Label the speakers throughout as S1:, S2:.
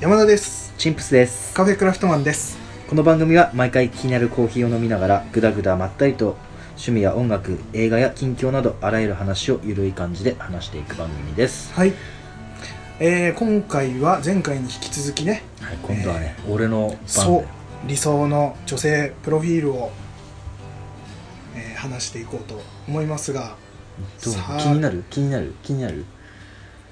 S1: 山田です
S2: チンプスです
S1: カフェクラフトマンです
S2: この番組は毎回気になるコーヒーを飲みながらぐだぐだまったりと趣味や音楽映画や近況などあらゆる話をゆるい感じで話していく番組です、
S1: はい、えー、今回は前回に引き続きね
S2: はい、今度はね、俺の番
S1: そ
S2: で
S1: う理想の女性プロフィールを、えー話していこうと思いますが
S2: どう
S1: さあ
S2: 気になる気になる気になる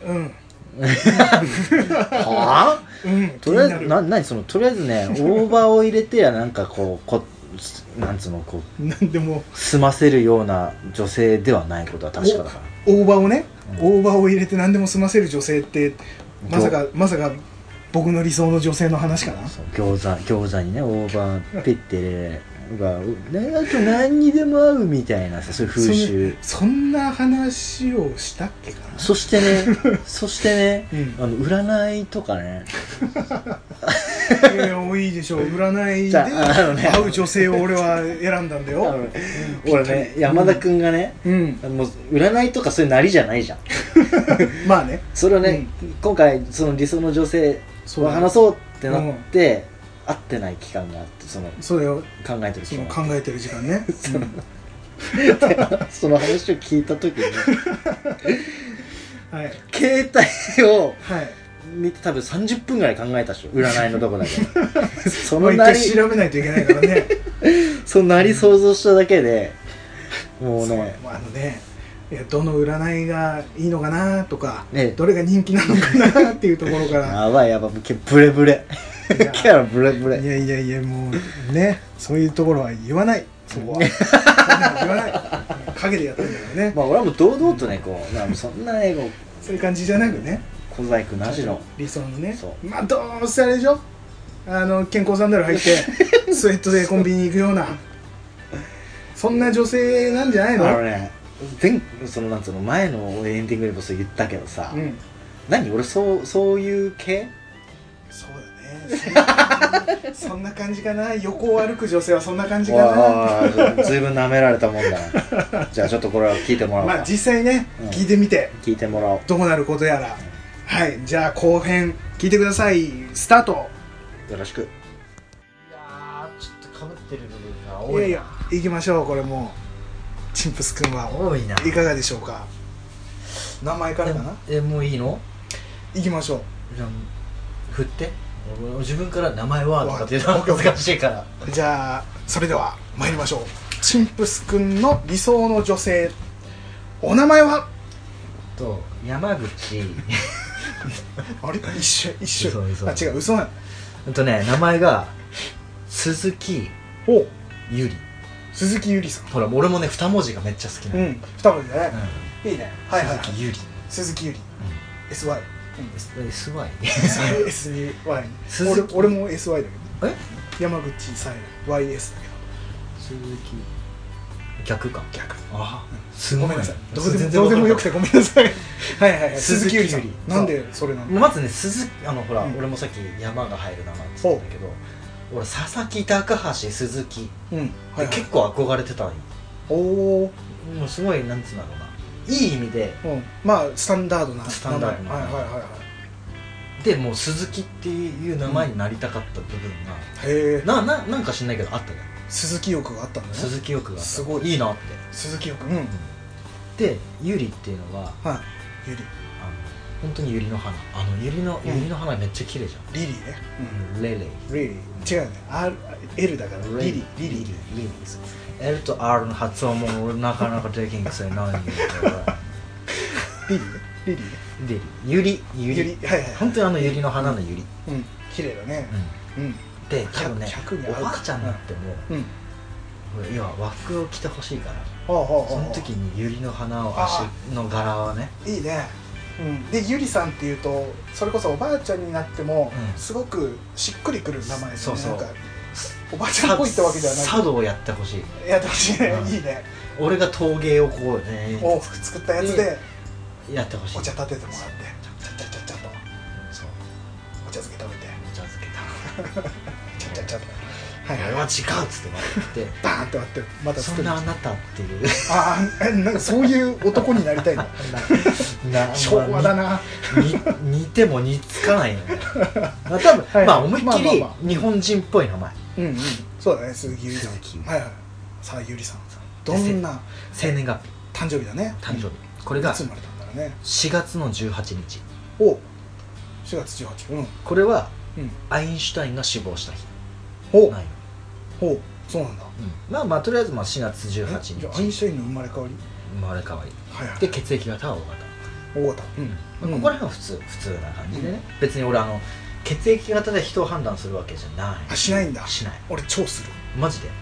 S1: うん
S2: はあ
S1: うん
S2: とりあえ
S1: 気
S2: ず
S1: に
S2: な
S1: なる
S2: 何そのとりあえずねオーバーを入れてやなんかこうこなんつうのこう
S1: なんでも
S2: 済ませるような女性ではないことは確かだか
S1: 大葉をね、
S2: うん
S1: 大葉を入れて何でも済ませる女性って
S2: ら
S1: まさかまさか僕の理想の女性の話かな
S2: そう餃子餃子にね大葉ペッテレがねあと何にでも合うみたいなさそういう風習
S1: そそんな話をしたっけかな
S2: そしてねそしてね
S1: うん
S2: あの占いとかね
S1: いやいやもういいでしょう占いで
S2: じゃああのね
S1: 会う女性を俺は選んだんだ
S2: あ
S1: よ
S2: の俺ね山田君がね、
S1: うん
S2: あのもう占いとかそういうなりじゃないじゃん
S1: まあね
S2: それをね、今回その理想の女性
S1: そう
S2: を
S1: だ
S2: 話そうってなって、会ってない期間があってその
S1: それを
S2: 考えてる
S1: そ
S2: 期
S1: の
S2: 間
S1: 考えてる時間ね、
S2: その話を聞いた時に
S1: うんはい
S2: 携帯を
S1: はい
S2: 見て多分30分ぐらい考えたでしょ占いのとこだ けそ
S1: も
S2: の
S1: う一
S2: な
S1: 回
S2: り
S1: 調べないといけないからね
S2: そのなり想像しただけで もう
S1: そう
S2: ね
S1: もうあのねいやどの占いがいいのかなとか、
S2: ね
S1: どれが人気なのかなっていうところ から
S2: やばいやばいけブレブレ
S1: いや
S2: キャラブレブ
S1: い
S2: レ
S1: やいやいやもうねそういうところは言わないそこは言わない陰でやってるんだからね、
S2: まあ俺はもう堂々とねこうまあそんなねこう
S1: そういう感じじゃなくね
S2: 小細工なしの
S1: 理想のね
S2: そう
S1: まあどうせあれでしょあの健康サンダル履いて スウェットでコンビニ行くようなそんな女性なんじゃな
S2: あ
S1: いの
S2: のね前そのなんつうの前のエンディングでもそう言ったけどさ、
S1: うん
S2: 何俺そうそういう系
S1: そうだね そんそんな感じかな横を歩く女性はそんな感じかな
S2: わあずいぶん舐められたもんだなじゃあちょっとこれは聞いてもらおうか、
S1: まあ実際ね、
S2: うん
S1: 聞いてみて
S2: 聞いてもらおう
S1: どうなることやらはいじゃあ後編聞いてくださいスタート
S2: よろしくいやーちょっとかぶってる部分が
S1: いやいや行きましょうこれもうチンプス君は
S2: 多いない
S1: かがでしょうか名前からかな
S2: えもういいの
S1: 行きましょう
S2: じゃあ振って俺自分から名前
S1: と
S2: はと
S1: か
S2: か
S1: っ
S2: ってて
S1: い
S2: いうう
S1: のは
S2: のは
S1: 難
S2: 難しいから
S1: じゃあそれでは参りましょうチンプスくんの理想の女性お名前は
S2: と山口
S1: あれ一緒一緒
S2: 嘘嘘
S1: あ違う嘘なん
S2: うんとね名前が鈴木
S1: お
S2: ゆり
S1: 鈴木ゆりさ
S2: ほら俺もね二文字がめっちゃ好き
S1: ん
S2: な
S1: う
S2: の、
S1: ん二文字だ
S2: う
S1: ね、
S2: ん
S1: いいねはいはい、はい、
S2: 鈴木ゆり
S1: 鈴木ゆり SY うん
S2: S- SY
S1: SY
S2: 鈴木
S1: 俺俺も SY だけど
S2: え
S1: 山口さえ YS だ
S2: 鈴木逆か
S1: けど逆
S2: あす
S1: ご
S2: ご
S1: め
S2: い
S1: んなさいどう
S2: 全
S1: で
S2: 然
S1: もどうでもよく
S2: わ
S1: てごめんなさいはいはい、はい、鈴
S2: 鈴
S1: 木
S2: 木
S1: ゆ
S2: ゆ
S1: り
S2: り
S1: さ
S2: さ
S1: ん
S2: ん
S1: なんでそれな
S2: かん
S1: の
S2: ないまずね鈴木あのほら、
S1: うん
S2: 俺もさっき山が入る名前って言ったんだけど俺佐々木高橋鈴木
S1: うんはい、はい、
S2: 結構憧れてたのよ
S1: おおー
S2: もうすごいなんつうんだろうないい意味で
S1: うん、まあスタンダードな
S2: スタンダード
S1: 名
S2: な
S1: 前はいはいはいは
S2: でもう鈴木っていう名前になりたかった部分が、
S1: いへえ
S2: なななんか知んないけどあったね
S1: 鈴木欲があったんだね
S2: 鈴木よくがあった
S1: すごい
S2: いいなっ
S1: 鈴木欲うんはい
S2: てでゆりっていうのは
S1: ゆ
S2: あの本当にゆりの花あのゆりの、
S1: うん
S2: ゆりの花めっちゃ綺麗じゃ
S1: りリリーね
S2: ん、レレイ
S1: うんリリー違うね R L だからリリーリリー
S2: リリリです L と R の発音も俺なかなかできんくせに何言うか
S1: リリーねリリーね
S2: でゆりゆ
S1: ゆ
S2: り
S1: りはいはい
S2: 本当にあのゆりの花のゆり、
S1: うん綺麗だねうん
S2: で多分ね
S1: 100に合う
S2: おばあちゃんになっても、
S1: うん
S2: いや和服を着てほしいから
S1: ほうほうほう
S2: その時にユリの花を足
S1: あ
S2: の柄は ね
S1: いいねうんでゆりさんっていうとそれこそおばあちゃんになっても
S2: うん
S1: すごくしっくりくる名前です
S2: そう
S1: ね
S2: そう
S1: なんかおばあちゃんっぽいってわけではない
S2: 茶道をやってほしい
S1: いやってほしいね
S2: うん
S1: いいね
S2: 俺が陶芸をこうね
S1: お作ったやつで
S2: やってほしい
S1: お茶立ててもらってちゃちゃちゃちゃと
S2: そう
S1: お茶漬け食べて
S2: お茶漬けだ
S1: ちゃちゃちゃとはいはい
S2: 俺は違う」っつって待って
S1: バーンって割ってまた
S2: そ
S1: 作
S2: ん
S1: る
S2: なあ
S1: あ
S2: なたっていう
S1: あーえなんかそういう男になりたいの
S2: な な
S1: 昭和だな
S2: に 似ても似つかないよねまあ多分、
S1: はい
S2: まあ思いっき
S1: まあ
S2: り
S1: まあま
S2: 日本人っぽい名前
S1: うんうんそうだね鈴木ゆりさん
S2: 鈴木
S1: はいはいさあゆりさんどんな
S2: 生年月
S1: 誕生日だね
S2: 日誕生日、
S1: 日
S2: これ
S1: い
S2: が
S1: つ生まれたんだろうね
S2: 4月の18日
S1: お4月18日うん
S2: これは
S1: うん
S2: アインシュタインが死亡した日
S1: お
S2: ないよ、
S1: おそうなんだ
S2: うんまあまあとりあえずまあ4月
S1: え
S2: 18
S1: じゃあアイン
S2: 日
S1: シュタインの生まれ変わり
S2: 生まれ変わり
S1: はいはい
S2: で血液型は O 型
S1: 大型
S2: まあここら辺は普通普通な感じでね、別に俺あの血液型で人を判断するわけじゃない
S1: あしないんだ
S2: しない
S1: 俺超する
S2: マジで
S1: うん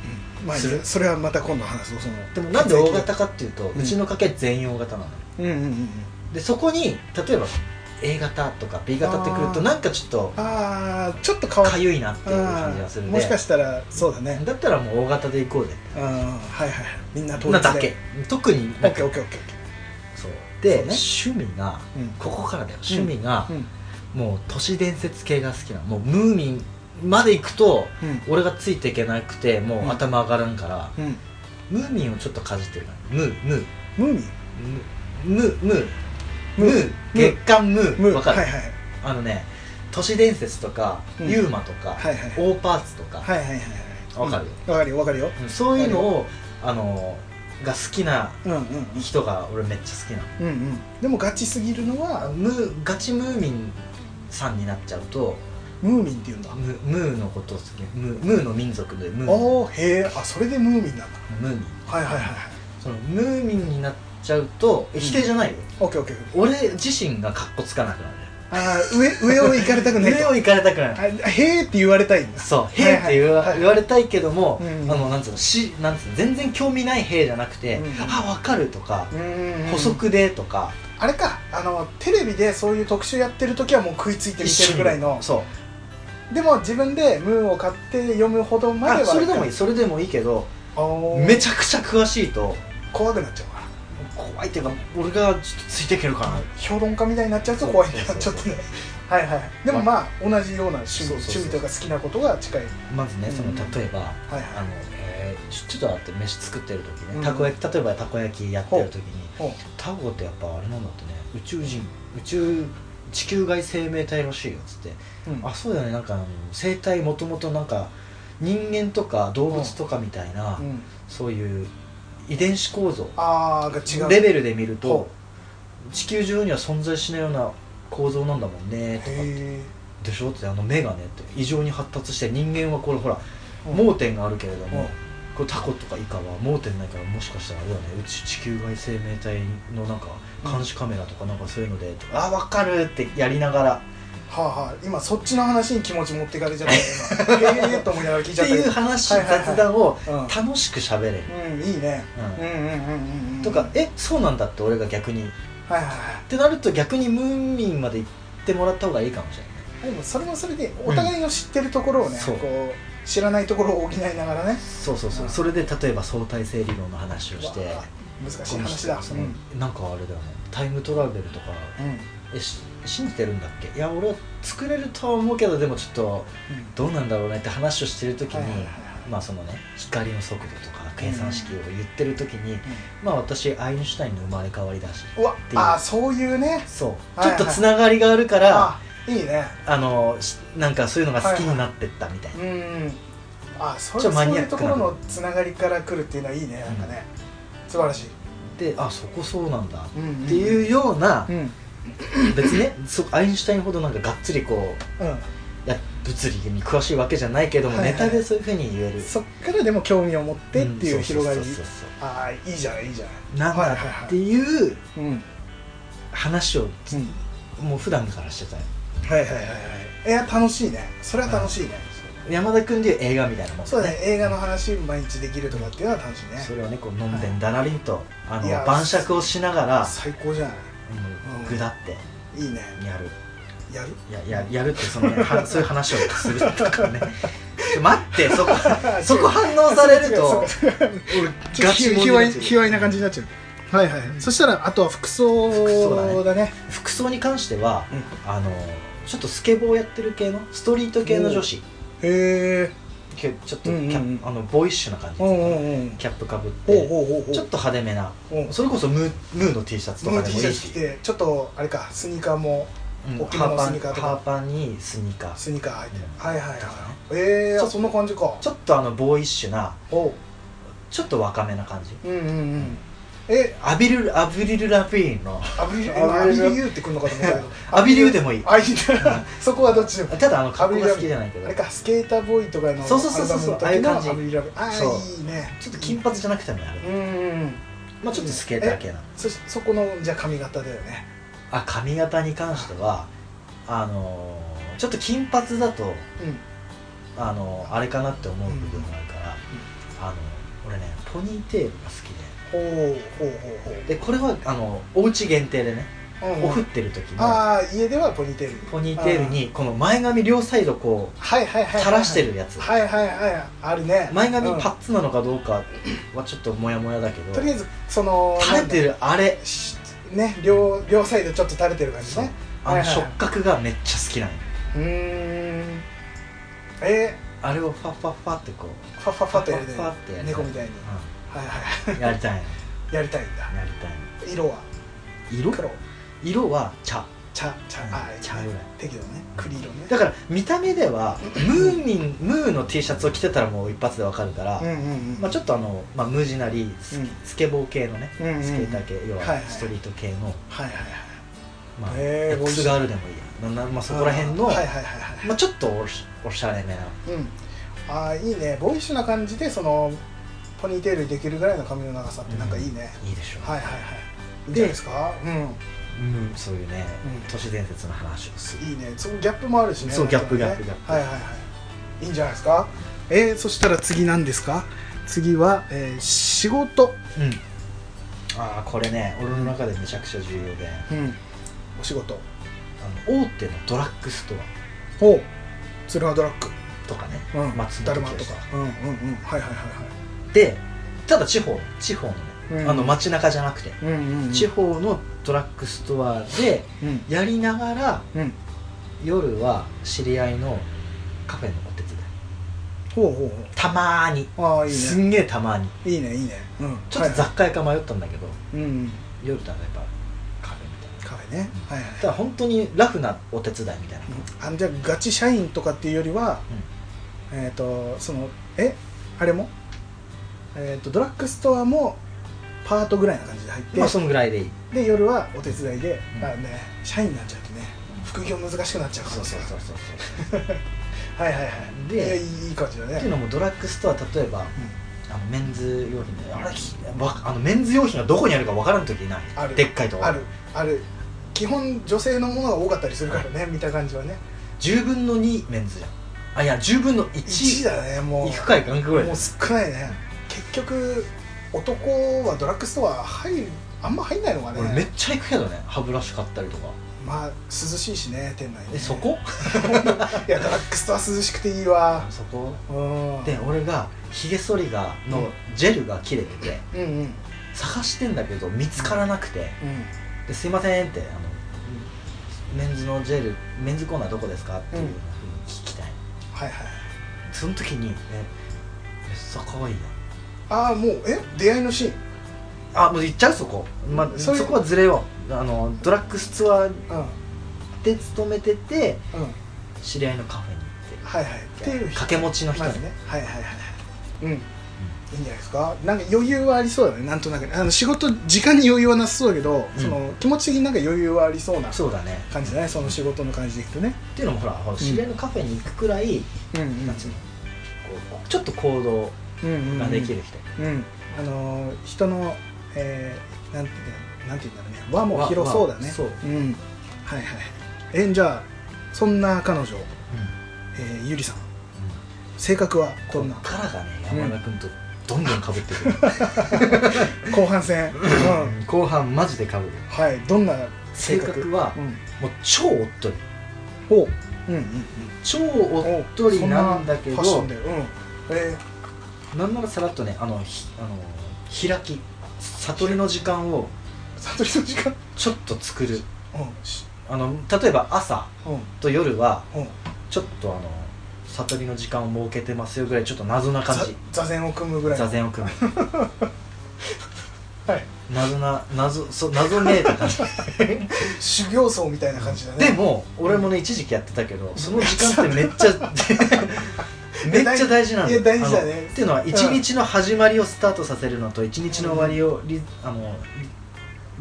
S1: まあいいや
S2: する
S1: それはまた今度話そうその
S2: でもなんで O
S1: 血液
S2: 型かっていうと、
S1: ん
S2: うちの家系全員 O 型なのよ
S1: うんうんうんうん
S2: でそこに例えば A 型とか B 型ってくる
S1: あー
S2: となんかちょっと
S1: ああちょっと変わ
S2: かゆいなっていう感じがする
S1: あ
S2: ん
S1: ー
S2: で
S1: もしかしたらそうだね
S2: だったらもう O 型でいこうぜ
S1: うんはいはいはいみんな統
S2: な
S1: 一で
S2: だけ特に
S1: オ
S2: な
S1: ッ
S2: ん
S1: ケ
S2: か
S1: ーオッケーオッケー
S2: そうで
S1: そうね
S2: 趣味が
S1: うん
S2: ここからだよ趣味が
S1: うん
S2: もう都市伝説系が好きなのもうムーミンまで行くと
S1: うん
S2: 俺がついていけなくてもう頭上がらんから、
S1: うん
S2: ムーミンをちょっとかじってる感じムームー
S1: ムーミン
S2: ムームーム
S1: ムー
S2: ー月刊ム
S1: ムー
S2: ーわか
S1: は
S2: る
S1: いはい
S2: あのね都市伝説とか、
S1: うん
S2: ユーマとか、
S1: はいはいはい
S2: オーパーツとか、
S1: はいはいはいはい
S2: わかるよ
S1: うんわかるよわかるよ
S2: うんそういうのをあのが好きな
S1: うんうんうん
S2: 人が俺めっちゃ好きな
S1: うんうんでもガチすぎるの
S2: の
S1: は
S2: ムーガチムーミンさんになっちゃうと
S1: ムーミンっていうんだ
S2: ムムーのことを好きムームーの民族でムーミン
S1: おーへえあそれでムーミンなんだ
S2: ムーミン
S1: はいはいはいはい
S2: そのムーミンになっちゃうとえ
S1: うん
S2: 否定じゃないよ、
S1: オッケーオッケー
S2: 俺自身がカッコつかなくなる
S1: あー上上を行かれたくないと
S2: 上を行かれたくない
S1: あへーって言われたいんだ
S2: そう「へ」って言わ,、
S1: はいはい
S2: 言われたいけども、
S1: うん
S2: あのなんつうのしなんつうの全然興味ない「へ」じゃなくて
S1: う
S2: 「
S1: ん
S2: あわかる」とか
S1: う
S2: 「
S1: ん
S2: 補足で」とか、
S1: あれかあのテレビでそういう特集やってる時はもう食いついて見てるぐらいの
S2: そう
S1: でも自分でムーンを買って読むほどまで
S2: あ
S1: は
S2: それでもいい
S1: す
S2: それでもいいけど
S1: め
S2: めちゃくちゃ詳しいと
S1: 怖くなっちゃうから
S2: 怖いっていうか俺がちょっとついていけるかな
S1: 評論家みたいになっちゃうと怖いんだよ
S2: そう
S1: ち
S2: そ
S1: ょ
S2: う
S1: っ
S2: そう
S1: とね はいはいでもまあ同じような趣味
S2: そうそうそ
S1: 趣
S2: う
S1: 味というか好きなことが近いはい
S2: まずねその
S1: うん
S2: 例えば
S1: はい
S2: あの、えーちょちょっと待って飯作ってる時ね、
S1: うん
S2: たこ焼き例えばたこ焼きやってる時に
S1: ほう
S2: タコってやっぱあれなんだってね宇宙人宇宙地球外生命体らしいよっつって
S1: うん
S2: あそうだよねなんかあの生態もともとなんか人間とか動物とかみたいな、
S1: うん
S2: そういう遺伝子構造
S1: あーが違う
S2: レベルで見ると
S1: ほ
S2: 地球上には存在しないような構造なんだもんねとか
S1: へ
S2: でしょってあの目がねって異常に発達して人間はこれほら
S1: うん
S2: 盲点があるけれど
S1: うん
S2: もこれタコとかイカは盲点ないからもしかしたらあれだねうち地球外生命体のなんか監視カメラとかなんかそういうのでとかあ分かるってやりながら
S1: えはあはあ今そっちの話に気持ち持ってかれ ちゃったよ今へえと思いながら聞い
S2: っ
S1: ちゃ
S2: て
S1: った
S2: いう
S1: け
S2: 話
S1: はいはいはい
S2: 雑談を
S1: どうん
S2: 楽しく喋れる、
S1: うんいいねうん
S2: う
S1: うんうんうんうんん
S2: とか「えそうなんだ」って俺が逆にっ
S1: はいはいは
S2: てなると逆にムーミンまで行ってもらった方がいいかもしれない
S1: いでもそれもそれでお互いの知ってるところをね、
S2: そう
S1: こう知らないところを補いながらね
S2: そうそうそううんそれで例えば相対性理論の話をして
S1: うわ難しい話だ
S2: そうの
S1: ん、
S2: なんかあれだよねタイムトラベルとか
S1: うん
S2: えし信じてるんだっけいや俺は作れるとは思うけどでもちょっとどうなんだろうねって話をしてる時に、
S1: はいはいはい
S2: まあそのね光の速度とか計算式を言ってる時に、まあ私アインシュタインの生まれ変わりだし
S1: うんうわ
S2: ていう
S1: ああそういうね
S2: そう
S1: は
S2: ち
S1: い
S2: ょ
S1: は
S2: っ
S1: い
S2: とつながりがあるから、
S1: あいいね
S2: あのしなんかそういうのが好きになってったみたいな、
S1: うんあそれ
S2: ち
S1: そ
S2: ょっとマ
S1: う
S2: ニ
S1: い
S2: アッ
S1: う
S2: クな
S1: ところのつながりから来るっていうのはいいねなんかね、素晴らしい、
S2: であそこそうなんだっ
S1: うん
S2: ていう
S1: よ
S2: ような
S1: う、ん
S2: 別にねそアインシュタインほどなんかがっつりこ
S1: う
S2: うや物理に詳しいわけじゃないけども、
S1: はいはい
S2: ネタでそういうふうに言える
S1: んそっからでも興味を持ってっていうん広がり、
S2: そうそうそうそ
S1: ああいいじゃないいいじゃないう
S2: なんだっていう
S1: うん、うん、
S2: 話をもう普段からしてたよ
S1: はいはいはいはいいや楽しいねそれは楽しいね、
S2: 山田君でいう映画みたいなもん
S1: そうだね映画の話毎日できるとかっていうのは楽しいね
S2: それをねこう飲んでんだらりんと、
S1: い
S2: あ
S1: や
S2: の晩酌をしながら
S1: 最高じゃない
S2: うん
S1: うん
S2: ぐだって
S1: いいね
S2: やる
S1: やる
S2: やややるってその、ね、はそういう話をするとかね ちょ待ってそこ そこ反応されると俺
S1: ちょっと
S2: ガ
S1: ひ
S2: チモン
S1: ひ
S2: に
S1: わ
S2: ないっちゃう
S1: ひわいな感じになっちゃうはいはい、そしたらあとは服装
S2: 服装
S1: だね
S2: 服装に関しては、あのちょっとスケボーやってる系のストリート系の女子
S1: へえ
S2: きゅちょっとキ
S1: うんうんうん
S2: ャップあのボーイッシュな感じ
S1: うんう
S2: です
S1: ん
S2: ね
S1: うん
S2: キャップかぶって
S1: ほうほうほうほう
S2: ちょっと派手めな
S1: うん
S2: それこそムームーの T シャツと
S1: ムー
S2: かで
S1: T
S2: もい
S1: シャ
S2: い
S1: ツ着
S2: して
S1: ちょっとあれかスニーカーも
S2: うん
S1: 大きめ
S2: ハ
S1: の
S2: ーパ
S1: スニーカー
S2: ン
S1: とか
S2: ハーパンにスニーカー
S1: スニーカー履いて
S2: うん
S1: はいはいはい
S2: とか
S1: ええ
S2: ちょ
S1: ー、あそんな感じか
S2: ちょっとあのボーイッシュな
S1: おう
S2: ちょっと若めな感じ
S1: うんうんうんえ
S2: アビルアブリル・ラビーンの
S1: アビリュー
S2: ア
S1: ア
S2: ビ
S1: ビ
S2: リ
S1: リュ
S2: ュー
S1: ーってくるのかと思ったけど
S2: アビリューでもいい
S1: あいい なそこはどっちでも
S2: ただあの格好が好きじゃないけ
S1: あ
S2: ど
S1: れかスケーターボーイとかの
S2: そうそうそうそう
S1: アルバムの
S2: ああいう感
S1: 時
S2: じ
S1: のアビリューラビあ
S2: そう
S1: あいいね
S2: ちょっと金髪じゃなくてもやる
S1: うんうんうん
S2: まあちょっとスケーター系なの
S1: そそこのじゃあ髪型だよね
S2: あ髪型に関してはあのーちょっと金髪だと
S1: うん
S2: あのーあれかなって思う部分があるから、あの俺ねポニーテールが好き
S1: ほうほうほう
S2: ででこれはあのお家限定でね、
S1: ほううんうん
S2: おふってる時の
S1: ああ家ではポニーテール
S2: ポニーテールにこの前髪両サイドこう
S1: はいはいはいはい
S2: 垂らしてるやつ
S1: はいはいはいあるね
S2: 前髪
S1: うん
S2: パッツンなのかどうかはちょっとモヤモヤだけど
S1: とりあえずその
S2: 垂れてるあれ
S1: しね両両サイドちょっと垂れてる感じ
S2: そう
S1: ね
S2: あ
S1: はい
S2: の
S1: はい
S2: 触覚がめっちゃ好きなの
S1: うーんえ
S2: あれをファッファッファってこう
S1: ー、ファッファッファッとやり
S2: ファッファッと
S1: たい
S2: やりたい
S1: 猫みたいにはいは
S2: うんやりたいの
S1: い やりたいんだ
S2: やりたい
S1: 色は
S2: の色
S1: 黒
S2: 色は茶
S1: 茶茶
S2: うん
S1: あーいいね
S2: 茶色い
S1: 適度ね栗色ね
S2: だから見た目ではムーミンムーの T シャツを着てたらもう一発でわかるから、
S1: うんうんうん
S2: まあ、ちょっとあの、まあ、無地なりス,、
S1: うん
S2: スケボー系のね、
S1: うんうんうん
S2: スケーター系要
S1: はい
S2: は
S1: はい
S2: ストリート系の、
S1: はいはいはい
S2: まあ
S1: へー
S2: X ガールでもいいやなな、まあ、そこら辺の、
S1: はいはいはいはい
S2: まあ、ちょっとおしおしゃれめな
S1: うんああいいねボーイッシュな感じでそのポニーテールできるぐらいの髪の長さってなんかいいね、
S2: いいでしょう、
S1: はいはいはいいいんじゃないですかうん
S2: うん、そういうね、
S1: うん
S2: 都市伝説の話をする
S1: いいねそのギャップもあるしね
S2: そう
S1: なんかね
S2: ギャップギャップギャップ
S1: はいはいはいいいんじゃないですかえー、そしたら次なんですか次は、えー仕事
S2: うんああこれね俺の中でめちゃくちゃ重要であ
S1: うんお仕事
S2: の大手のドラッグスト
S1: ほうツルハドラッグ
S2: アとかね、
S1: うん
S2: 松
S1: ダル
S2: 本
S1: マ
S2: 清
S1: と
S2: と
S1: かう
S2: か
S1: んうんうんはいはいは
S2: でただ地方地方のね、
S1: うん
S2: あの街中じゃなくて、
S1: いはいうんうんうん
S2: 地方のドラッグストアで
S1: うん
S2: やりながら
S1: うん
S2: 夜は知り合いのカフェのお手伝い
S1: ほうほうほう
S2: たまーに
S1: ああいい
S2: す
S1: ね
S2: んげえたまーに
S1: いいねいいねうん
S2: ちょっと雑貨屋か迷ったんだけど、
S1: はいはいうん
S2: 夜だとやっぱカフェみたいな
S1: カフェねはいはい
S2: ただ本当にラフなお手伝いみたいな、
S1: あのじゃあガチ社員とかっていうよりは、えっ、とそのえあれもえっ、とドラッグストアもパートぐらいな感じで入って、
S2: まあそのぐらいでいい
S1: で夜はお手伝いで、
S2: うん
S1: あのね社員になっちゃうとね副業難しくなっちゃうから
S2: そうそうそうそうそう
S1: はいはいはい
S2: で
S1: いやいいいい感じだね
S2: っていうのもドラッグストア例えば
S1: う
S2: あのメンズ用品であれひわあのメンズ用品がどこにあるかわからん時ない
S1: ある
S2: でっかいと
S1: ん
S2: こ
S1: あるある基本女性のものが多かったりするからね見た感じはね
S2: 10分の2メンズじゃんあいや10分の
S1: 1
S2: 1
S1: だねもう
S2: いくかいかんかぐらい
S1: もう少ないね結局男はドラッグストア入るあんま入んないのがね
S2: 俺めっちゃ行くけどね歯ブラシ買ったりとか
S1: まあ涼しいしね店内ね
S2: えそこ
S1: いやドラッグストア涼しくていいわ
S2: そこ
S1: うん
S2: で俺がひげ剃りがのジェルが切れてて
S1: うんうんうん
S2: 探してんだけど見つからなくてですいませんってあのメンズのジェルメンズコーナーどこですかっていうふうに聞きたい
S1: はいはい
S2: その時にねめっちゃ可愛いな
S1: ああもうえ出会いのシーン
S2: あもう行っちゃうそこ、まあ、
S1: そ
S2: そう
S1: いう
S2: こはずれようあのドラッグストア
S1: うんうん
S2: で勤めてて知り合いのカフェに行って
S1: はいはいっていう人
S2: 掛け持ちの人
S1: ま
S2: に、
S1: ずねはいはいはいうんいいんじゃないですかなんか余裕はありそうだねなんとなくねあの仕事時間に余裕はなさそうだけど、
S2: うん
S1: その気持ち的になんか余裕はありそうな
S2: そうだね
S1: 感じだねその仕事の感じでいくとね
S2: っていうのもほらほら知り合いのカフェに行くくらい、
S1: うんう
S2: なんつうのこうちょっと行動
S1: うんうん
S2: ができる人、
S1: うん、あのー人の、えー、なんていうのなんていうんだろうね輪も広そうだ
S2: 輪
S1: ね
S2: そう
S1: うんはいはいえじゃあそんな彼女、えーゆりさん性格はこんな
S2: こっからがね山田君とどんどんかぶってくる、
S1: 後半戦、うん、
S2: 後半マジでかぶる
S1: はいどんな性
S2: 性
S1: 格
S2: 格は
S1: うん
S2: もう超おっとり
S1: ほううんうん
S2: 超おっとりなんだけど
S1: ファッションでうんえ
S2: なんならさらっとねあのひあの開き悟りの時間を
S1: ー、悟りの時間
S2: ちょっと作る
S1: うんし
S2: あの例えば朝
S1: うん
S2: と夜は
S1: うん
S2: ちょっとあの悟りの時間を設けてますよぐらいちょっと謎な感
S1: ざ
S2: じ
S1: 座禅を組むぐらい
S2: 座禅を組む
S1: はい
S2: 謎な謎そう謎めいた感じ
S1: 修行僧みたいな感じだね
S2: でも俺もね一時期やってたけどその時間ってめっちゃ めっちゃ大事なんだよ
S1: いや大事だね
S2: あのっていうのは一日の始まりをスタートさせるのと一日の終わりをリ,、あのリ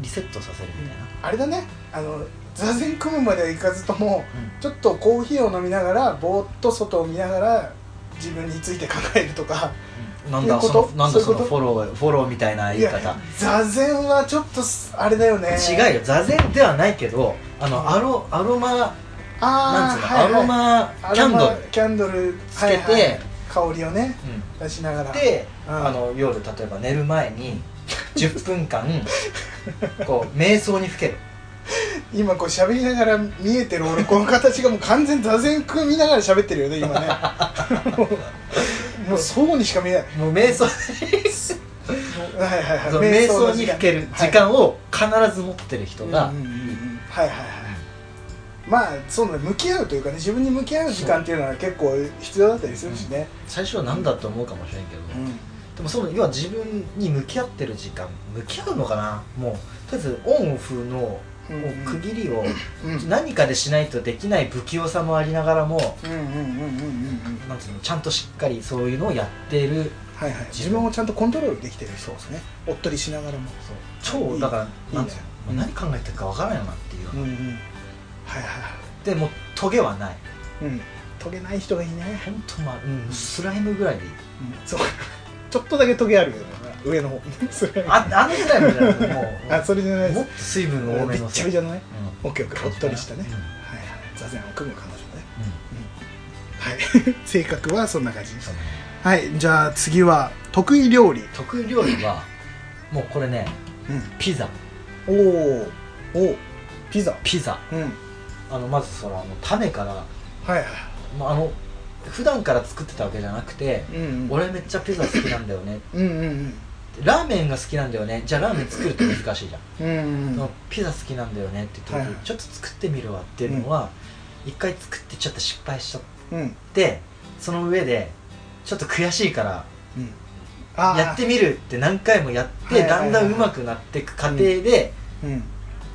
S2: リセットさせるみたいな、
S1: あれだねあの座禅組むまではいかずとも
S2: うん
S1: ちょっとコーヒーを飲みながらぼーっと外を見ながら自分について考えるとか
S2: なんだ
S1: そういう
S2: そ
S1: こと
S2: のなんだそ
S1: そうい
S2: の
S1: うこと
S2: フォローフォローみたいない言い
S1: や
S2: 方
S1: 座禅はちょっとすあれだよね
S2: 違うよ座禅ではないけどあ
S1: う
S2: の
S1: ん
S2: アロアロマなん
S1: ああはい
S2: つうの、
S1: はい、
S2: アロマキャンド
S1: アロ
S2: ル
S1: マキャンドル
S2: つけて、
S1: はいはい香りをね
S2: う
S1: 出
S2: ん
S1: しながら
S2: で、
S1: うん
S2: あの夜例えば寝る前に10 分間こう瞑想にふける
S1: 今こう喋りながら見えてる俺この形がもう完全に座禅組みながら喋ってるよね 今ねもうもうそうにしか見えない
S2: もう瞑想
S1: はいはいはい
S2: そう瞑想に
S1: の
S2: ふける時間を必ず持ってる人が、
S1: うんうんうんうんはいはいはいまあそうね向き合うというかね自分に向き合う時間っていうのは結構必要だったりするしね、
S2: 最初は何だと思うかもしれんけど、
S1: うん
S2: でもその要は自分に向き合ってる時間向き合うのかなもうとりあえずオンオフのこう
S1: うんうん
S2: 区切りを
S1: うん、うん
S2: 何かでしないとできない不器用さもありながらも
S1: うんうんうんうんうん
S2: なんつうのちゃんとしっかりそういうのをやってる
S1: はいはい自分をちゃんとコントロールできてる人ですねおっとりしながらも
S2: 超だから
S1: いい
S2: なんつうの
S1: いいね
S2: 何考えてるかわからんよなっていうよう
S1: う
S2: なん
S1: うんはいは
S2: でもうトゲはない
S1: いうんトゲない人がいいね、
S2: 本当まあうんスライムぐらいでいい
S1: うん、 そうちょっとだけトゲあるけどな上の方 それ
S2: ああのぐらいもじゃなくても
S1: あそれじゃな
S2: う
S1: い
S2: も
S1: で
S2: っと水分多
S1: すび
S2: め
S1: っ
S2: の
S1: ち
S2: さ
S1: ゃびちゃのね
S2: うん
S1: オッケーオッケーおっとりしたね、
S2: うん
S1: はいはい座禅を組む彼女ね
S2: う
S1: はい 性格はそんな感じで
S2: ん
S1: す
S2: そう
S1: はいじゃあ次は得意料理、
S2: 得意料理はもうこれねピザ
S1: おーおピザ
S2: ピザ
S1: うんはい
S2: あのまずそのあの種から、
S1: はい
S2: まあ、あの普段から作ってたわけじゃなくて
S1: うんうん
S2: 俺めっちゃピザ好きなんだよね
S1: うんうん
S2: ラーメンが好きなんだよねじゃあラーメン作るって難しいじ
S1: う
S2: ゃん、
S1: んうんうん
S2: ピザ好きなんだよねって言った時、
S1: はい
S2: ちょっと作ってみるわっていうのは一、回作ってちょっと失敗しちゃっ
S1: うん
S2: てその上でちょっと悔しいから
S1: うんあー
S2: やってみるって何回もやって、
S1: はいはいはい
S2: だんだん上手くなっていく過程で、
S1: うん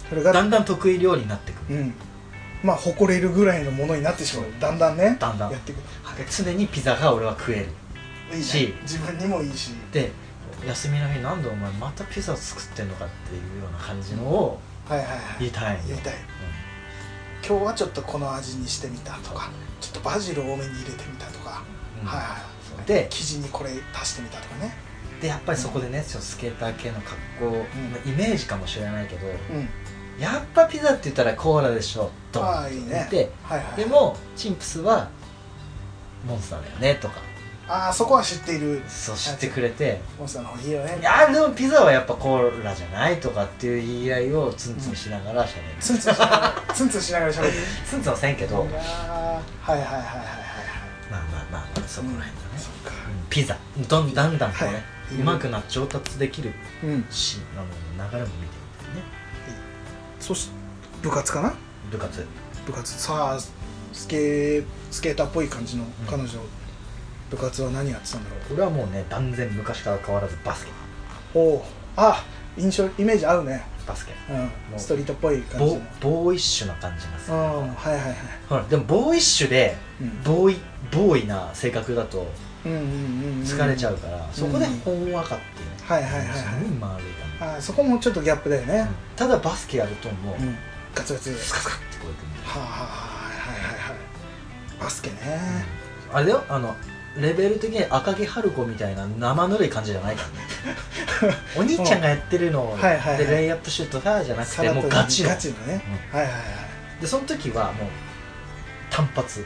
S1: それ
S2: だ
S1: が
S2: んだん得意料理になっていく
S1: うんまあ誇れるぐらいのものになってしまうだんだんね
S2: だんだん
S1: やっていく
S2: 常にピザが俺は食える
S1: いいね
S2: し
S1: 自分にもいいし
S2: で休みの日なんでお前またピザ作ってんのかっていうような感じのを
S1: はいはいはい
S2: 言いたいんよ
S1: 言いたい今日はちょっとこの味にしてみたとかちょっとバジル多めに入れてみたとか、
S2: うん
S1: はいはい
S2: そう
S1: はい
S2: で
S1: 生地にこれ足してみたとかね
S2: でやっぱりそこでね、そうスケーター系の格好のイメージかもしれないけど、
S1: うん
S2: やっぱピザって言ったらコーラでしょと
S1: あ
S2: 思
S1: あいい
S2: っ
S1: ね
S2: て
S1: はいはい
S2: でもチンプスはモンスターだよねとか
S1: ああそこは知っている
S2: そう知ってくれて
S1: モンスターの方いいよ
S2: い
S1: ね
S2: やでもピザはやっぱコーラじゃないとかっていう言い合いをツンツンしながらしゃべる、
S1: ツンツンしながらツンツンしながら喋る
S2: ツンツンはせんけど、
S1: いやーはいはいはいはいはい
S2: まあまあまあまあそこら辺だね
S1: うん、そっか
S2: ピザどんだんだんこうね、
S1: はいう
S2: まくな上達できる
S1: うん
S2: しあの流れも見てるんだよね
S1: そして部活かな
S2: 部活
S1: 部活さあスケスケーターっぽい感じの彼女、部活は何やってたんだろう
S2: これはもうね断然昔から変わらずバスケ
S1: おおあ印象イメージ合うね、
S2: バスケ
S1: う、
S2: もうん
S1: ストリートっぽい感じ
S2: ボ
S1: の
S2: ボーイッシュな感じがす
S1: う
S2: る
S1: んはいはいはい、
S2: ほらでもボーイッシュで
S1: うん
S2: ボーイボーイな性格だと
S1: うんうんうんうん、
S2: 疲れちゃうから、そこでほんわかっていうね、
S1: はいはいはいはい
S2: すごい丸い感じ、
S1: あーそこもちょっとギャップだよね、
S2: ただバスケやるともう、
S1: うんガツガツ
S2: スカスカってこういくんだよ
S1: はあはあはいはいはいバスケね、
S2: あれだよあのレベル的に赤木春子みたいな生ぬるい感じじゃないからね お兄ちゃんがやってるのを、
S1: んはいはいはい
S2: でレイアップシュートさじゃなく
S1: さ
S2: て
S1: らっ
S2: もう
S1: と
S2: ガチの
S1: ガチのね、はいはいは
S2: でその時はもう単発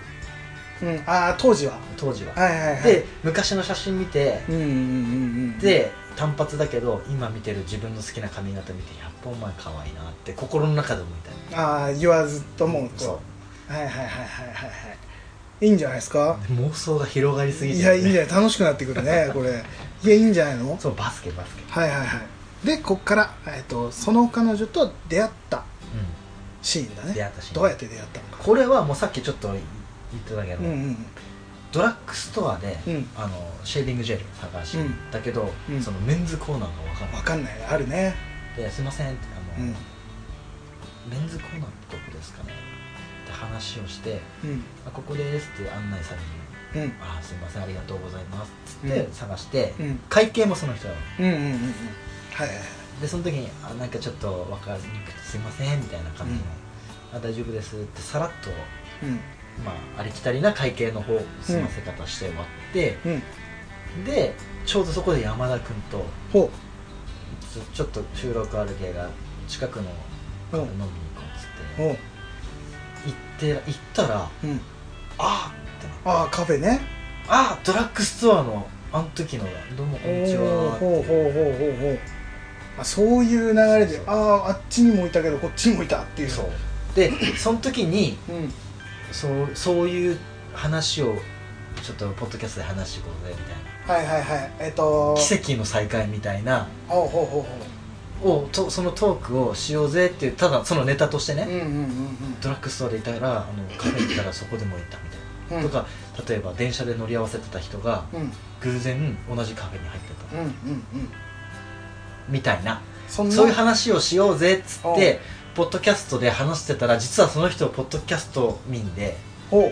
S1: い、うん、ああ当時は
S2: 当時は、
S1: はいはいはい
S2: で昔の写真見て、
S1: うんうんうんうん
S2: で単発だけど今見てる自分の好きな髪型見てやっぱお前可愛いなって心の中で思いたい
S1: ああ言わずとも
S2: そ
S1: はいはいはいはいはいはいいいんじゃないですか
S2: う妄想が広がりすぎ
S1: い
S2: ち
S1: や
S2: ゃう、
S1: いいんじゃない楽しくなってくる ねこれいやいいんじゃないの
S2: そうバスケバスケ、
S1: はいはいはいでこっから、えっとその彼女と出会った
S2: う
S1: シーンだ
S2: ん、出
S1: ね
S2: 会ったシーン
S1: どうやって出会ったのか
S2: これはもうさっきちょっと言ってたけど、
S1: うんうん
S2: ドラッグストアで、
S1: うん
S2: あのシェービングジェル探して、
S1: うん
S2: だけど、
S1: うん
S2: そのメンズコーナーが分からな
S1: わ
S2: く
S1: かんないあるね
S2: て「すいません」ってあ
S1: う
S2: の、
S1: ん
S2: メンズコーナーってどこですかね?」って話をして
S1: うん
S2: 「あここです」って案内される
S1: うん
S2: あーすいませんありがとうございます」っつっ
S1: う
S2: て
S1: ん
S2: 探して、
S1: うん
S2: 会計もその人なの
S1: うんうんうんうんはいはいはい
S2: でその時に「あなんかちょっと分かりにくくてすいません」みたいな感じの
S1: うん
S2: 「あ大丈夫です」ってさらっと、
S1: う
S2: まあ、ありきたりな会計の方済ませ方して終わって、
S1: んうん
S2: でちょうどそこで山田君と
S1: ほ
S2: ちょちょっと収録ある系が近くの
S1: う
S2: 飲
S1: ほ
S2: みに行こうっつっ
S1: う
S2: て行って行ったら「
S1: うん
S2: あーってなって
S1: ああカフェね
S2: あードラッグストアのあの時のだどうもこんにちは」
S1: おー
S2: って
S1: ほうほうほうほうほうあそういう流れで
S2: そうそ
S1: あああっちにもいたけどこっちにもいたっていう
S2: そうでその時に
S1: うん
S2: そうそういう話をちょっとポッドキャストで話していこうぜみたいな
S1: はいはいはいえっと
S2: 奇跡の再会みたいな
S1: ほうほうほうほ
S2: をとそのトークをしようぜっていうただそのネタとしてね、
S1: ううんうんうん
S2: ドラッグストアでいたらあのカフェ行ったらそこでもいたみたい
S1: うんう
S2: な、
S1: ん
S2: とか例えば電車で乗り合わせてた人が
S1: うんうん
S2: 偶然同じカフェに入ってた
S1: うんうん
S2: みたいな
S1: そんな
S2: そういう話をしようぜっつ
S1: お
S2: っ
S1: う
S2: てポッドキャストで話してたら実はその人ポッドキャスト民で
S1: ほう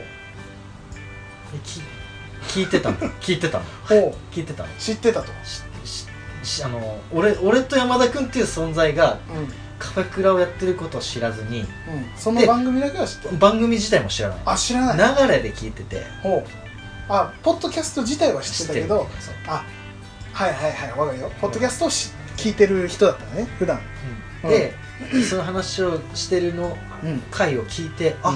S2: き聞いてたの聞いてたの
S1: ほ
S2: 聞いてたの
S1: う知ってたと
S2: しししあの俺俺と山田君っていう存在が
S1: うんうん
S2: カフェクラをやってることを知らずに
S1: その
S2: で
S1: 番組だけは知ってる
S2: 番組自体も知らない
S1: あ知らない
S2: 流れで聞いてて
S1: ほうあポッドキャスト自体は知ってたけど
S2: そう
S1: あはいはいはいわかるよポッドキャストをし聞いてる人だったのね普段うん
S2: で、その話をしてるの
S1: うん
S2: 回を聞いて、
S1: うん
S2: あ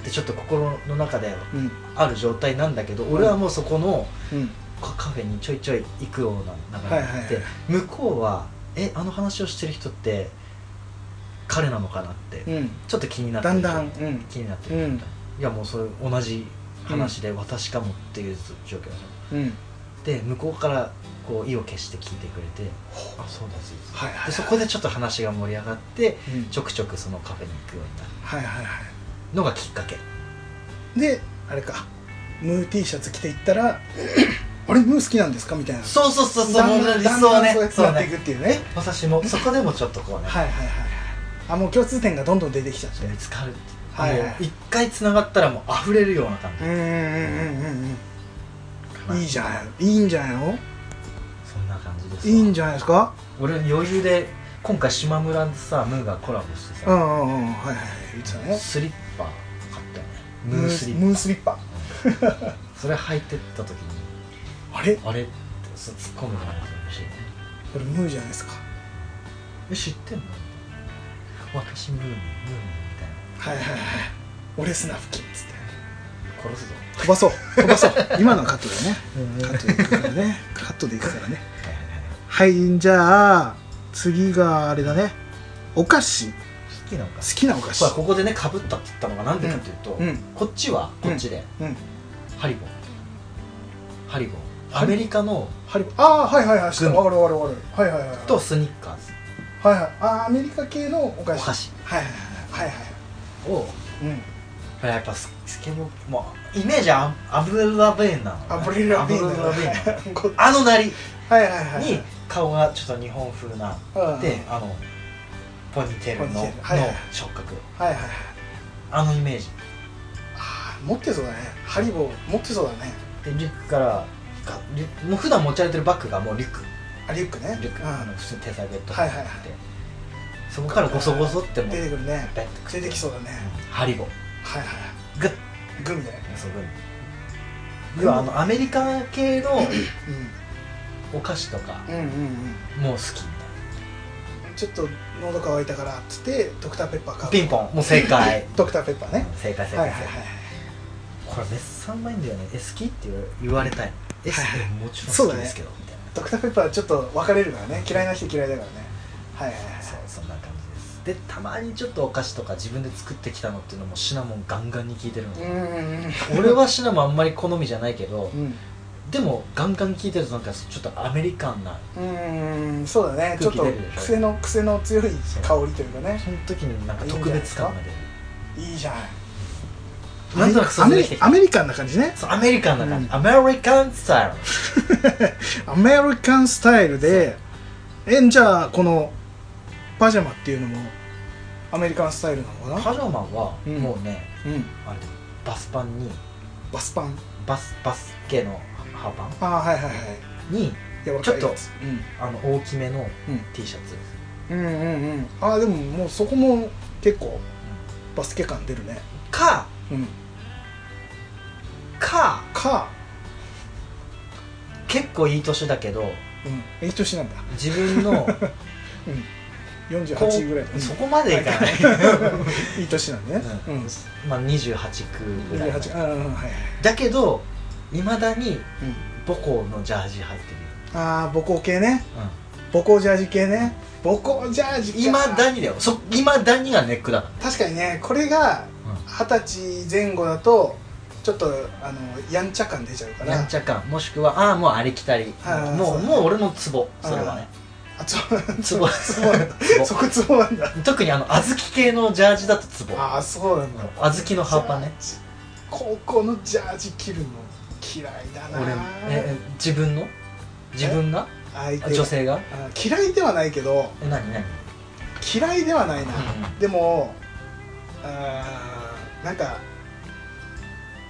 S2: ってちょっと心の中で
S1: うん
S2: ある状態なんだけど、
S1: ん
S2: 俺はもうそこの
S1: うん
S2: カカフェにちょいちょい行くような流れになって、
S1: はいはい
S2: 向こうはえあの話をしてる人って彼なのかなって、
S1: うん
S2: ちょっと気になって
S1: だんだん、
S2: る
S1: うん
S2: 気になってる、
S1: うん
S2: いやもうそれ同じ話で私かもっていう状況だった
S1: うん、
S2: で向こうからこう意を決して聞いてくれてあそうだそうだ
S1: はいはいはい
S2: でそこでちょっと話が盛り上がって
S1: うん
S2: ちょくちょくそのカフェに行くようになる
S1: はいはいは
S2: のがきっかけ
S1: いであれかムー T シャツ着ていった らあれムー好きなんですかみたいな
S2: そうそうそうそう
S1: だんだん
S2: 理
S1: だん
S2: 想
S1: だん
S2: ね
S1: そうやって
S2: そう
S1: なってい
S2: ね
S1: くっていうね
S2: 私もそこでもちょっとこうね、
S1: はいはいはいはいあもう共通点がどんどん出てきちゃって
S2: 見つかるって
S1: はいはい
S2: もう一回つながったらもう溢れるような感
S1: う
S2: じ
S1: んうんうんうん
S2: か
S1: う
S2: なん
S1: いいじゃないいいんじゃないの
S2: そんな感じです
S1: いいん
S2: じ
S1: じゃないですか
S2: 俺余裕で今回島村とさムーがコラボして
S1: う
S2: さ、
S1: んうんうんはいはいはい言ってたね
S2: スリッパ買ったよねムースリッパ
S1: ムースリッパ
S2: それ履いてった時に
S1: あれ
S2: あれってそう突っ込む感じがしいね
S1: これムーじゃないですか
S2: え知ってんの私ムーミンムーミンみたい
S1: はいはいはい俺スナフキンっつって
S2: な殺すぞ
S1: 飛ばそう飛ばそう今のはカットだよね
S2: うん
S1: カ
S2: はいは
S1: ットでいくからねカットでいくからね
S2: いはい
S1: はいじゃあ次があれだねお菓子好
S2: 好きなのか
S1: きなお菓子
S2: さあここでねかぶったって言ったのがなんでかっていうと、
S1: うん
S2: こっちはこっちで、
S1: うん
S2: ハリボンハリボンアメリカの
S1: ハリボああはいはいはい知ってる
S2: 群馬
S1: わかるわかるわかるはいはいはいはい
S2: とスニッカーズ
S1: はいはいあーアメリカ系のお
S2: お
S1: 菓子
S2: 菓子
S1: はいはいはいはいはい
S2: を
S1: うん
S2: やっぱススケボーもうイメージはアブレラベーナ
S1: アブリル・ラビー
S2: アブレラベーナ
S1: ンこ
S2: あのなりに
S1: はいはいはい
S2: 顔がちょっと日本風な
S1: うん
S2: であのポニーテールの
S1: ポニーテールはいはい
S2: の触覚
S1: はいはいはい
S2: あのイメージ
S1: あー持ってそうだねハリボー持ってそうだね
S2: でリュックからがリュックもう普段持ち歩いてるバッグがもうリュック
S1: あリュックね
S2: リュック、
S1: うん
S2: あの普通に手提げとか
S1: はいはいはい
S2: そこからゴソゴソってもう
S1: 出てくるね
S2: ペッてくっ
S1: 出てきそうだね
S2: ハリボン
S1: はいはいは
S2: グッ
S1: いグミだよね
S2: そこに要はあのアメリカ系の
S1: う
S2: お菓子とか
S1: んうんうんうん
S2: もう好きみ
S1: ちょっと喉乾いたからっつってドクターペッパー買
S2: たいな
S1: う
S2: ピンポンもう正解
S1: ドクターペッパーね
S2: 正解正解正
S1: は
S2: 解、
S1: いはいはい
S2: これめっさうまいんだよねえ好きって言わ言われたいのえ好き
S1: はいはい
S2: もち
S1: そ
S2: ろ
S1: うん
S2: 好
S1: だ
S2: き
S1: ね
S2: ですけど、みたいな
S1: ドクターペッパーはちょっと分かれるからね嫌いな人嫌いだからねはいはいはい
S2: そうそんな感じですでたまにちょっとお菓子とか自分で作ってきたのっていうのもシナモンガンガンに効いてるの、
S1: うんうん
S2: 俺はシナモンあんまり好みじゃないけど
S1: うん
S2: でもガンガン効いてるとなんかちょっとアメリカンな
S1: うんうんそうだねちょ
S2: 空
S1: っと
S2: 気出るでしょ
S1: 癖の癖の強い
S2: そう
S1: 香りというかね
S2: その時になんか特別感が出る
S1: いいじゃんア
S2: なん
S1: メ
S2: となく想像できてきた
S1: アメリカンな感じね
S2: そうアメリカンな感じ、
S1: うん
S2: アメリカンスタイル
S1: アメリカンスタイルでえじゃあこのパジャマっていうのもアメリカンスタイルなのかな
S2: パジャマは
S1: うん
S2: もうね、
S1: うん
S2: あのバスパンに
S1: バスパン
S2: バスバス系のハーパン
S1: ああはいはいはい
S2: に
S1: 柔ら
S2: ちょ
S1: か
S2: っ
S1: い
S2: と
S1: やつうん
S2: あの大きめの
S1: うん
S2: T シャツ、
S1: うんうんうんああでももうそこも結構バスケ感出るね
S2: か
S1: うん
S2: か
S1: か
S2: 結構いい年だけど
S1: うんえいい年なんだ
S2: 自 分のこ
S1: 48ぐらいだ
S2: う
S1: ね
S2: そこまでいかない、
S1: いい年なんだね
S2: う
S1: うんん
S2: まあ、28区ぐらい
S1: 28ああうんはいはい
S2: だけどいまだに
S1: うん
S2: 母校のジャージ履いてるよ
S1: ああ母校系ね
S2: うん
S1: 母校ジャージ系ね母校ジャージか
S2: いまだにだよそいまだにがネックだか
S1: 確かにねこれが二十歳前後だとちょっとあのやんちゃ感出ちゃうからら
S2: やんちゃかもしくはああもうありきたり
S1: あー
S2: も
S1: そうう
S2: もう俺のツボそれはね
S1: あそう
S2: ツボ
S1: ツボなんだそこツボなんだ
S2: 特にあの小豆系のジャージだとツボ小
S1: ああそうなんだ
S2: 豆の葉っぱね
S1: ジャージ高校のジャージ着るの嫌いだ
S2: 俺
S1: な
S2: ええ自分の自分が
S1: 相
S2: あ
S1: 手
S2: 女性が
S1: あ嫌いではないけど
S2: え何何
S1: 嫌いではないな、
S2: う
S1: でもあーなんか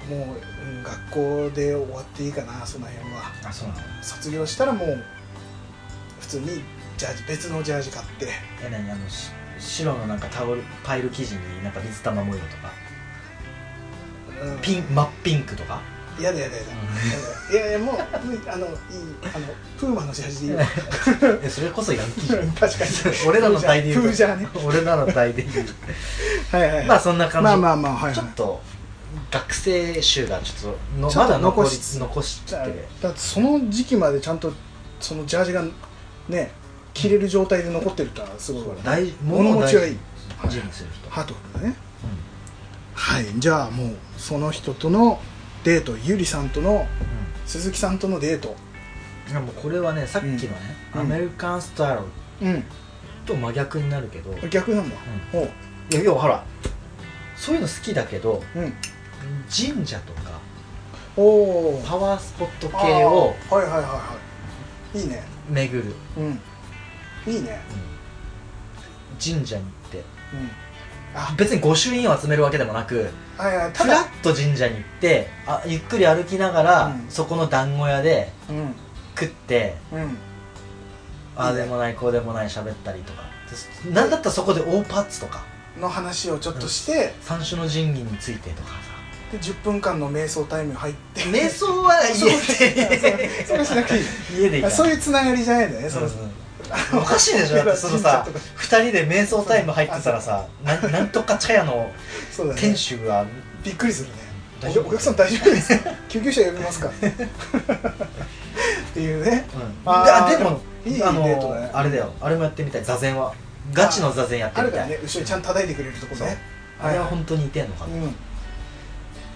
S1: もう、うん、学校で終わっていいかなその辺は
S2: あそうなの
S1: 卒業したらもう普通にジャージ別のジャージ買って
S2: え何あのし白のなんかタオルパイル生地になんか水玉模様とか
S1: うん
S2: ピン真っピンクとか
S1: やだやだやだ いやいやもううんあのいいあのプーマのジャージでいいよ
S2: えそれこそヤンキー
S1: 確かに
S2: 俺らの代で言うと
S1: プージャーね
S2: 俺らの代で言う
S1: はいはい、はい、
S2: まあそんな感じ、
S1: まあまあまあはい、はい、
S2: ちょっと学生集がちょっとの
S1: ちょっ
S2: ま
S1: と
S2: だ残
S1: 残
S2: り
S1: し
S2: 残し
S1: だ
S2: てて
S1: だってその時期までちゃんとそのジャージがね着れる状態で残ってるからすごいからね
S2: 大
S1: 物持ちはいい
S2: 大事にする人、
S1: ハートフルだねはいじゃあもうその人とのデートゆりさんとの鈴木さんとのデート
S2: うんでもこれはねさっきのね、
S1: うん
S2: アメリカンスタイル
S1: うん
S2: と真逆になるけど、い
S1: 逆なんだ、おう
S2: や要はほらそういうの好きだけど
S1: うん
S2: 神社とか
S1: おお
S2: パワースポット系を
S1: はいはいはいはいいいね
S2: 巡る、
S1: うんいいね
S2: 神社に行って
S1: うんあ
S2: 別に御朱印を集めるわけでもなく
S1: はいはいた
S2: ふら
S1: だ
S2: っと神社に行ってあゆっくり歩きながら、
S1: うん
S2: そこの団子屋で
S1: うん
S2: 食って
S1: うん
S2: ああでもないこうでもない喋ったりとかでなんだったらそこで大パーツとか
S1: の話をちょっとして、
S2: 三種の神器についてとか
S1: で10分間の瞑想タイム入って
S2: さ瞑想は
S1: そう
S2: 家で
S1: それしなくていい
S2: 家でいい
S1: あ
S2: か
S1: そう
S2: ら
S1: いうつながりじゃないんだね、その
S2: うんおかしいでしょだってそのさ
S1: 神社とか
S2: 二人で瞑想タイム入ってたらさななんとか茶屋の
S1: そうだね
S2: 店主が
S1: びっくりするね
S2: 大
S1: お
S2: 丈夫
S1: お客さん大丈夫です か救急車呼びますかっていうね
S2: うん
S1: あ
S2: あ
S1: ー
S2: でも
S1: いい
S2: あ
S1: デートだね
S2: のあれだよあれもやってみたい座禅はガチの座禅やって
S1: ある
S2: み
S1: から
S2: た
S1: ね
S2: い
S1: 後ろにちゃんと叩いてくれるとこ
S2: そう
S1: ね
S2: あれは本当にいてんのか
S1: う
S2: なん
S1: い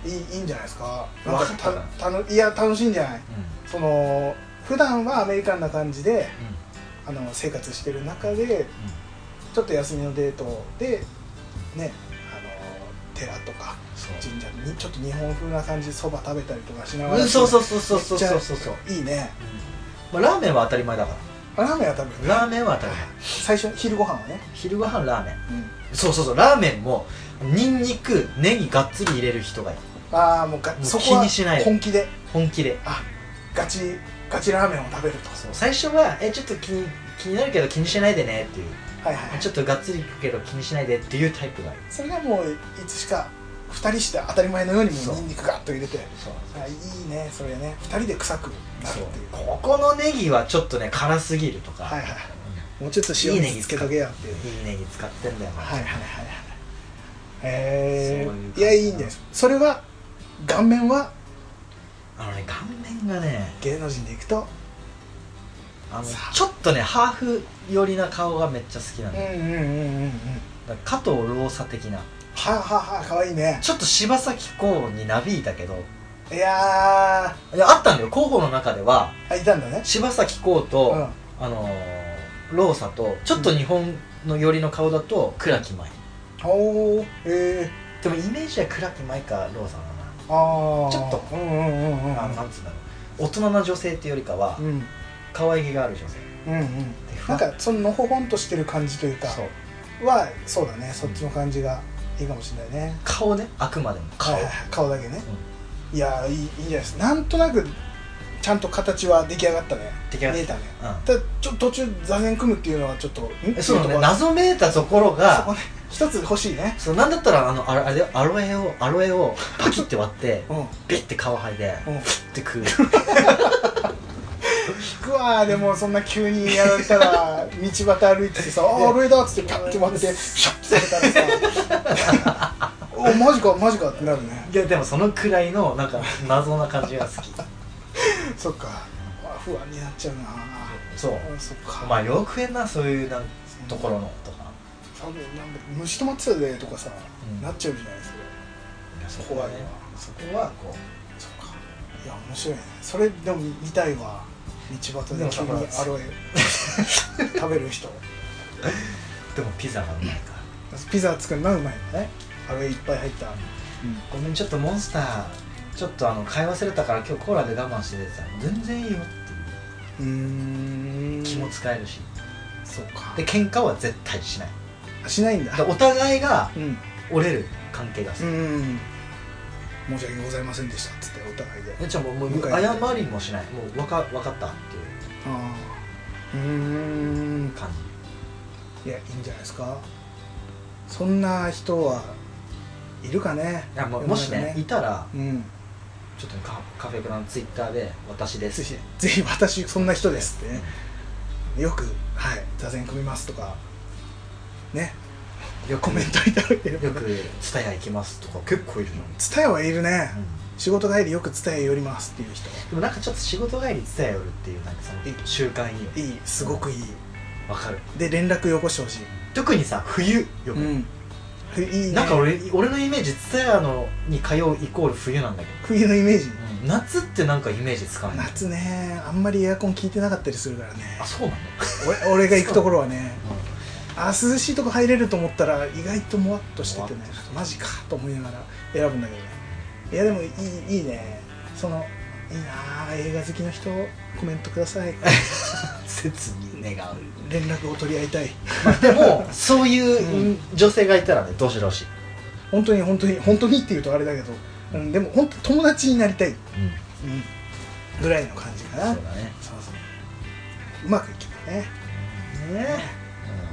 S1: いいいんじゃないですかなん
S2: わかった
S1: か
S2: な
S1: たたのいや楽しいんじゃない
S2: うん
S1: その普段はアメリカンな感じで
S2: うん
S1: あの生活してる中でちょっと休みのデートでねあの寺とか
S2: そう
S1: 神社にちょっと日本風な感じそば食べたりとかしなが
S2: う
S1: ら
S2: んそうそうそうそうそう
S1: めっち
S2: そ
S1: ゃ
S2: うそうそう
S1: いいね
S2: まあ、ラーメンは当たり前だか
S1: あラーメンは食べる
S2: らラーメンは当たり前
S1: 最初昼ご飯はね、
S2: 昼ご飯ラーメン
S1: うん、
S2: そうそうそうラーメンもニンニクネギがっつり入れる人がいる
S1: ああもうが
S2: もう
S1: そこは
S2: 気にしない
S1: 本気で
S2: 本気で
S1: あガチガチラーメンを食べると
S2: そう最初はえちょっと気に気になるけど気にしないでねっていう
S1: はいはいはい
S2: ちょっとがっつりいくけど気にしないでっていうタイプがいる
S1: それがもういつしか2人して当たり前のようにも
S2: そう
S1: うニンニクガッと入れて
S2: そう
S1: あいいねそれね2人で臭くなるっていう
S2: ここのネギはちょっとね辛すぎるとか、
S1: はいはいもうちょっと塩水つけとけやっていう
S2: いいネギ使ってんだよ、
S1: はいはいはいはいへ
S2: そういう感
S1: え
S2: じ
S1: いやいいんですそれは顔面は
S2: あのね顔面がね
S1: 芸能人でいくと
S2: あの
S1: さあ
S2: ちょっとねハーフ寄りな顔がめっちゃ好きな
S1: うん
S2: んだよ、
S1: うんうんうんうん
S2: だから加藤ローサ的な
S1: はあ、はあはあ、かわいいね
S2: ちょっと柴咲コウになびいたけど
S1: いや
S2: いやあったんだよ候補の中では
S1: ーあいたんだね
S2: 柴咲コウと、
S1: うん
S2: あのーローサとちょっと日本の寄りの顔だと倉木舞
S1: おおえ
S2: でもイメージは倉木舞香ローさんだな
S1: ああ
S2: ちょっと
S1: うんうんうんうん
S2: あのなんつうんだろう大人な女性っていうよりかは
S1: うんうん
S2: 可愛げがある女性
S1: うんなんかそののほほんとしてる感じというか
S2: そう
S1: はそうだねそっちの感じがいいかもしれないね
S2: 顔ねあくまでも顔、
S1: はいはいはい顔だけね、いやーいいいいじゃないですなんとなくちゃんと形は出来上がったね
S2: 出来上がった
S1: 見えたね
S2: うん
S1: ただちょっと途中座禅組むっていうのはちょっとん
S2: えそう
S1: ってい
S2: ね
S1: とこ
S2: 謎めいたところ
S1: そこ
S2: が
S1: ね一つ欲しいね
S2: そうなんだったらあのあれあれアロエをアロエをパキって割って
S1: うんうん
S2: ビッて皮剥いでって食う
S1: 聞くわーでもそんな急にやられた ら道端歩いててさ「あー俺だ」っつってパッて割ってシャッてされたらさ 「おマジかマジか」ってなるね
S2: いやでもそのくらいのな んか謎な感じが好き
S1: そっかあ不安になっちゃうな
S2: そう
S1: うんそっか
S2: まあよくえんなそういうなんところのとか
S1: 多分なんか虫止まってたでとかさ、
S2: うん
S1: なっちゃうじゃないですか
S2: そ
S1: こはね
S2: そこはこ
S1: そっかいや面白いねそれでも見たいわ道端
S2: で
S1: で
S2: も
S1: 急
S2: さ
S1: にアロエ食べる人
S2: うでもピザがうまいか ら
S1: ピザ作るのはうまいのねアロエいっぱい入った、
S2: ごめんちょっとモンスターちょっとあの買い忘れたから今日コーラで我慢しててさ全然いいよっていう
S1: うーん
S2: 気も使えるし
S1: そっか
S2: で喧嘩は絶対しない
S1: あしないんだ
S2: でお互いが
S1: うん
S2: 折れる関係が
S1: う
S2: さ、
S1: ん申し訳ございませんでしたっつってお互いで
S2: えちゃんもうもう
S1: 向かい合って
S2: 謝りもしないもうわかわかったっていう
S1: ああうーん
S2: 感じ
S1: いやいいんじゃないですかそんな人はいるかね
S2: いやもうもしねいたら
S1: うん
S2: ちょっとカカフェクラのツイッターで私です
S1: ぜひぜひ私そんな人ですってねよくはい座禅組みますとかね
S2: よく
S1: コメントいただければ
S2: よく「ツタヤ行きます」とか結構いるの、
S1: 伝えはいるね
S2: うん
S1: 仕事帰りよく伝え寄りますっていう人
S2: でもなんかちょっと仕事帰りツタヤ寄るっていうなんかその
S1: いい
S2: 習慣に
S1: いいすごくいい
S2: わかる
S1: で連絡よこしてほしい
S2: 特にさ冬よく、
S1: んふいいね
S2: なんか俺俺のイメージツタヤのに通うイコール冬なんだけ
S1: 冬のイメージ
S2: ど、うん夏ってなんかイメージつかない
S1: 夏ねあんまりエアコン効いてなかったりするからね
S2: あそうなの、
S1: 俺俺が行くところはねあ涼しいとこ入れると思ったら意外ともわっとしててね
S2: もわっとして
S1: マジかと思いながら選ぶんだけどねいやでもいいいいねそのいいなあ映画好きの人コメントくださ い
S2: 切に願う
S1: 連絡を取り合いたい
S2: でもそういうう女性がいたらねどうしどうし、
S1: 本当に本当に本当にって言うとあれだけど、うん、でも本当友達になりたい、うん、
S2: うん、
S1: ぐらいの感じかな
S2: そうだね
S1: そうそううまくいけばねね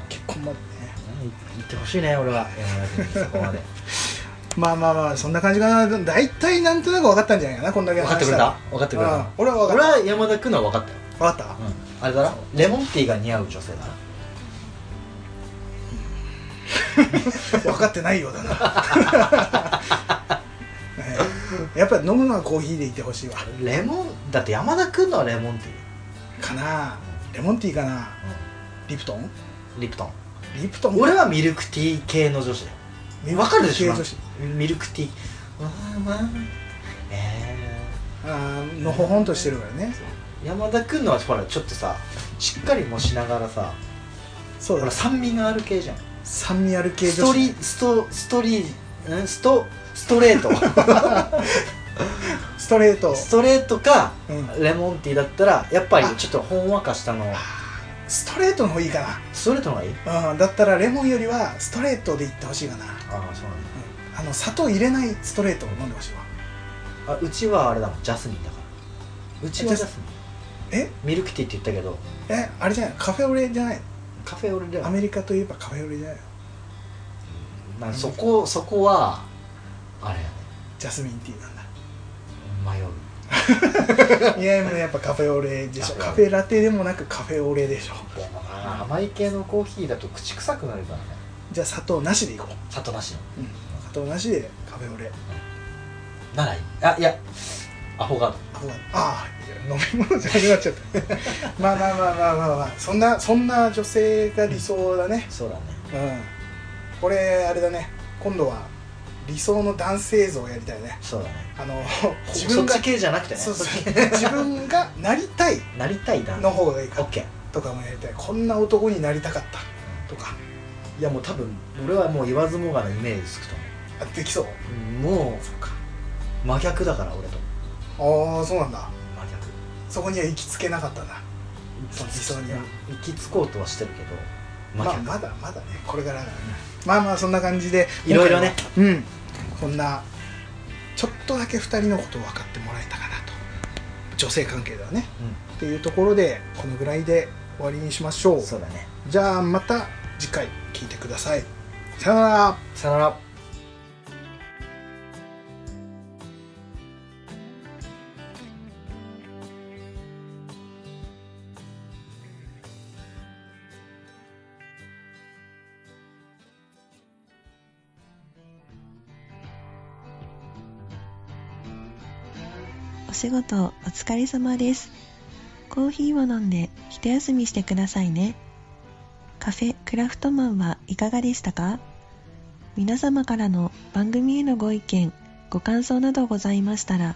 S1: 結婚までね
S2: うん言ってほしいね俺は山田君にそこまで
S1: まあまあまあそんな感じかな大体なんとなく分かったんじゃないかなこんだけ
S2: 分かって
S1: 話し
S2: くれ
S1: たら
S2: た分かってくれ
S1: うん
S2: た
S1: 俺は分
S2: 俺
S1: かっ
S2: は山田君のは分かったよ、
S1: た分かった
S2: うん、あれだなレモンティーが似合う女性だな
S1: 分かってないようだな ねやっぱり飲むのはコーヒーでいてほしいわ
S2: レモンだって山田君のはレモンティー
S1: かなレモンティーかなリプトン
S2: リプトン
S1: リプトン
S2: 俺はミルクティー系の女子だよ
S1: ミルク
S2: わかるでしょ
S1: 系女子
S2: ミルクティーわーわーえ
S1: あーのほほんとしてるからね
S2: ー山田君のはほらちょっとさしっかりもしながらさ
S1: そう
S2: ほ
S1: だ
S2: ら酸味がある系じゃん
S1: 酸味ある系
S2: スト
S1: 女
S2: リ
S1: 子
S2: ストストリんストストレ ート
S1: ストレート
S2: ストレートか
S1: うん
S2: レモンティーだったらやっぱりちょっとほんわかしたの
S1: ストレートの方がいいか
S2: ストレートの方がいい
S1: なうんだったらレモンよりはストレートでいってほしいかな
S2: ああそうなん
S1: あの砂糖入れないストレートを飲んでほしいわ
S2: だあうちはあれだもんジャスミンだからうちはジャスミン
S1: え
S2: ミルクティーって言ったけど
S1: えあれじゃないカフェオレじゃない
S2: カフェオレでは
S1: アメリカといえばカフェオレじゃない
S2: まあそこそこはあれやね
S1: ジャスミンティーなんだ
S2: 迷う
S1: いやでもやっぱカフェオレでしょカ
S2: カ
S1: フ
S2: フ
S1: ェラテでもなくカフェオレでしょ
S2: でもな甘い系のコーヒーだと口臭くなるからね
S1: じゃあ砂糖なしでいこ
S2: 砂糖なしの
S1: う、うん、砂糖なしでカフェオレ
S2: ならいいあいやアフォガード
S1: あほらああいや飲み物じゃなくなっちゃった まあまあまあまあまあ、まあ、そんなそんな女性が理想だね
S2: そうだね
S1: うんこれあれだね今度は理想の男性像をやりたいね
S2: そうだね
S1: あ の自
S2: 自
S1: 分
S2: 分
S1: が
S2: そっち系じゃなくてね
S1: そうそう
S2: そっ
S1: 自分がなりたい
S2: ちなりたい男
S1: の
S2: 性
S1: 方がいい
S2: オ
S1: か
S2: ッケー
S1: とかもやりたいこんな男になりたかったとか
S2: いやもう多分俺はもう言わずもがなイメージつくと思う
S1: あできそう
S2: も
S1: そっか
S2: う真逆だから俺と
S1: ああそうなんだ
S2: 真逆
S1: そこには行きつけなかったんだその理想には
S2: 行き着こうとはしてるけど真
S1: まあ
S2: 逆、
S1: まだまだねこれからだねまあまあそんな感じで
S2: いろいろね
S1: 今回はうんこんなちょっとだけ2人のことを分かってもらえたかなと女性関係ではねっていうところでこのぐらいで終わりにしましょ
S2: う、
S1: うん
S2: そうだね
S1: じゃあまた次回聞いてくださいさよなら
S2: さよなら
S3: お仕事お疲れ様です。コーヒーを飲んで一休みしてくださいね。カフェクラフトマンはいかがでしたか皆様からの番組へのご意見、ご感想などございましたら、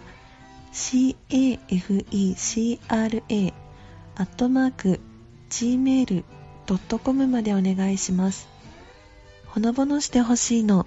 S3: cafecra.gmail.com までお願いします。ほのぼのしてほしいの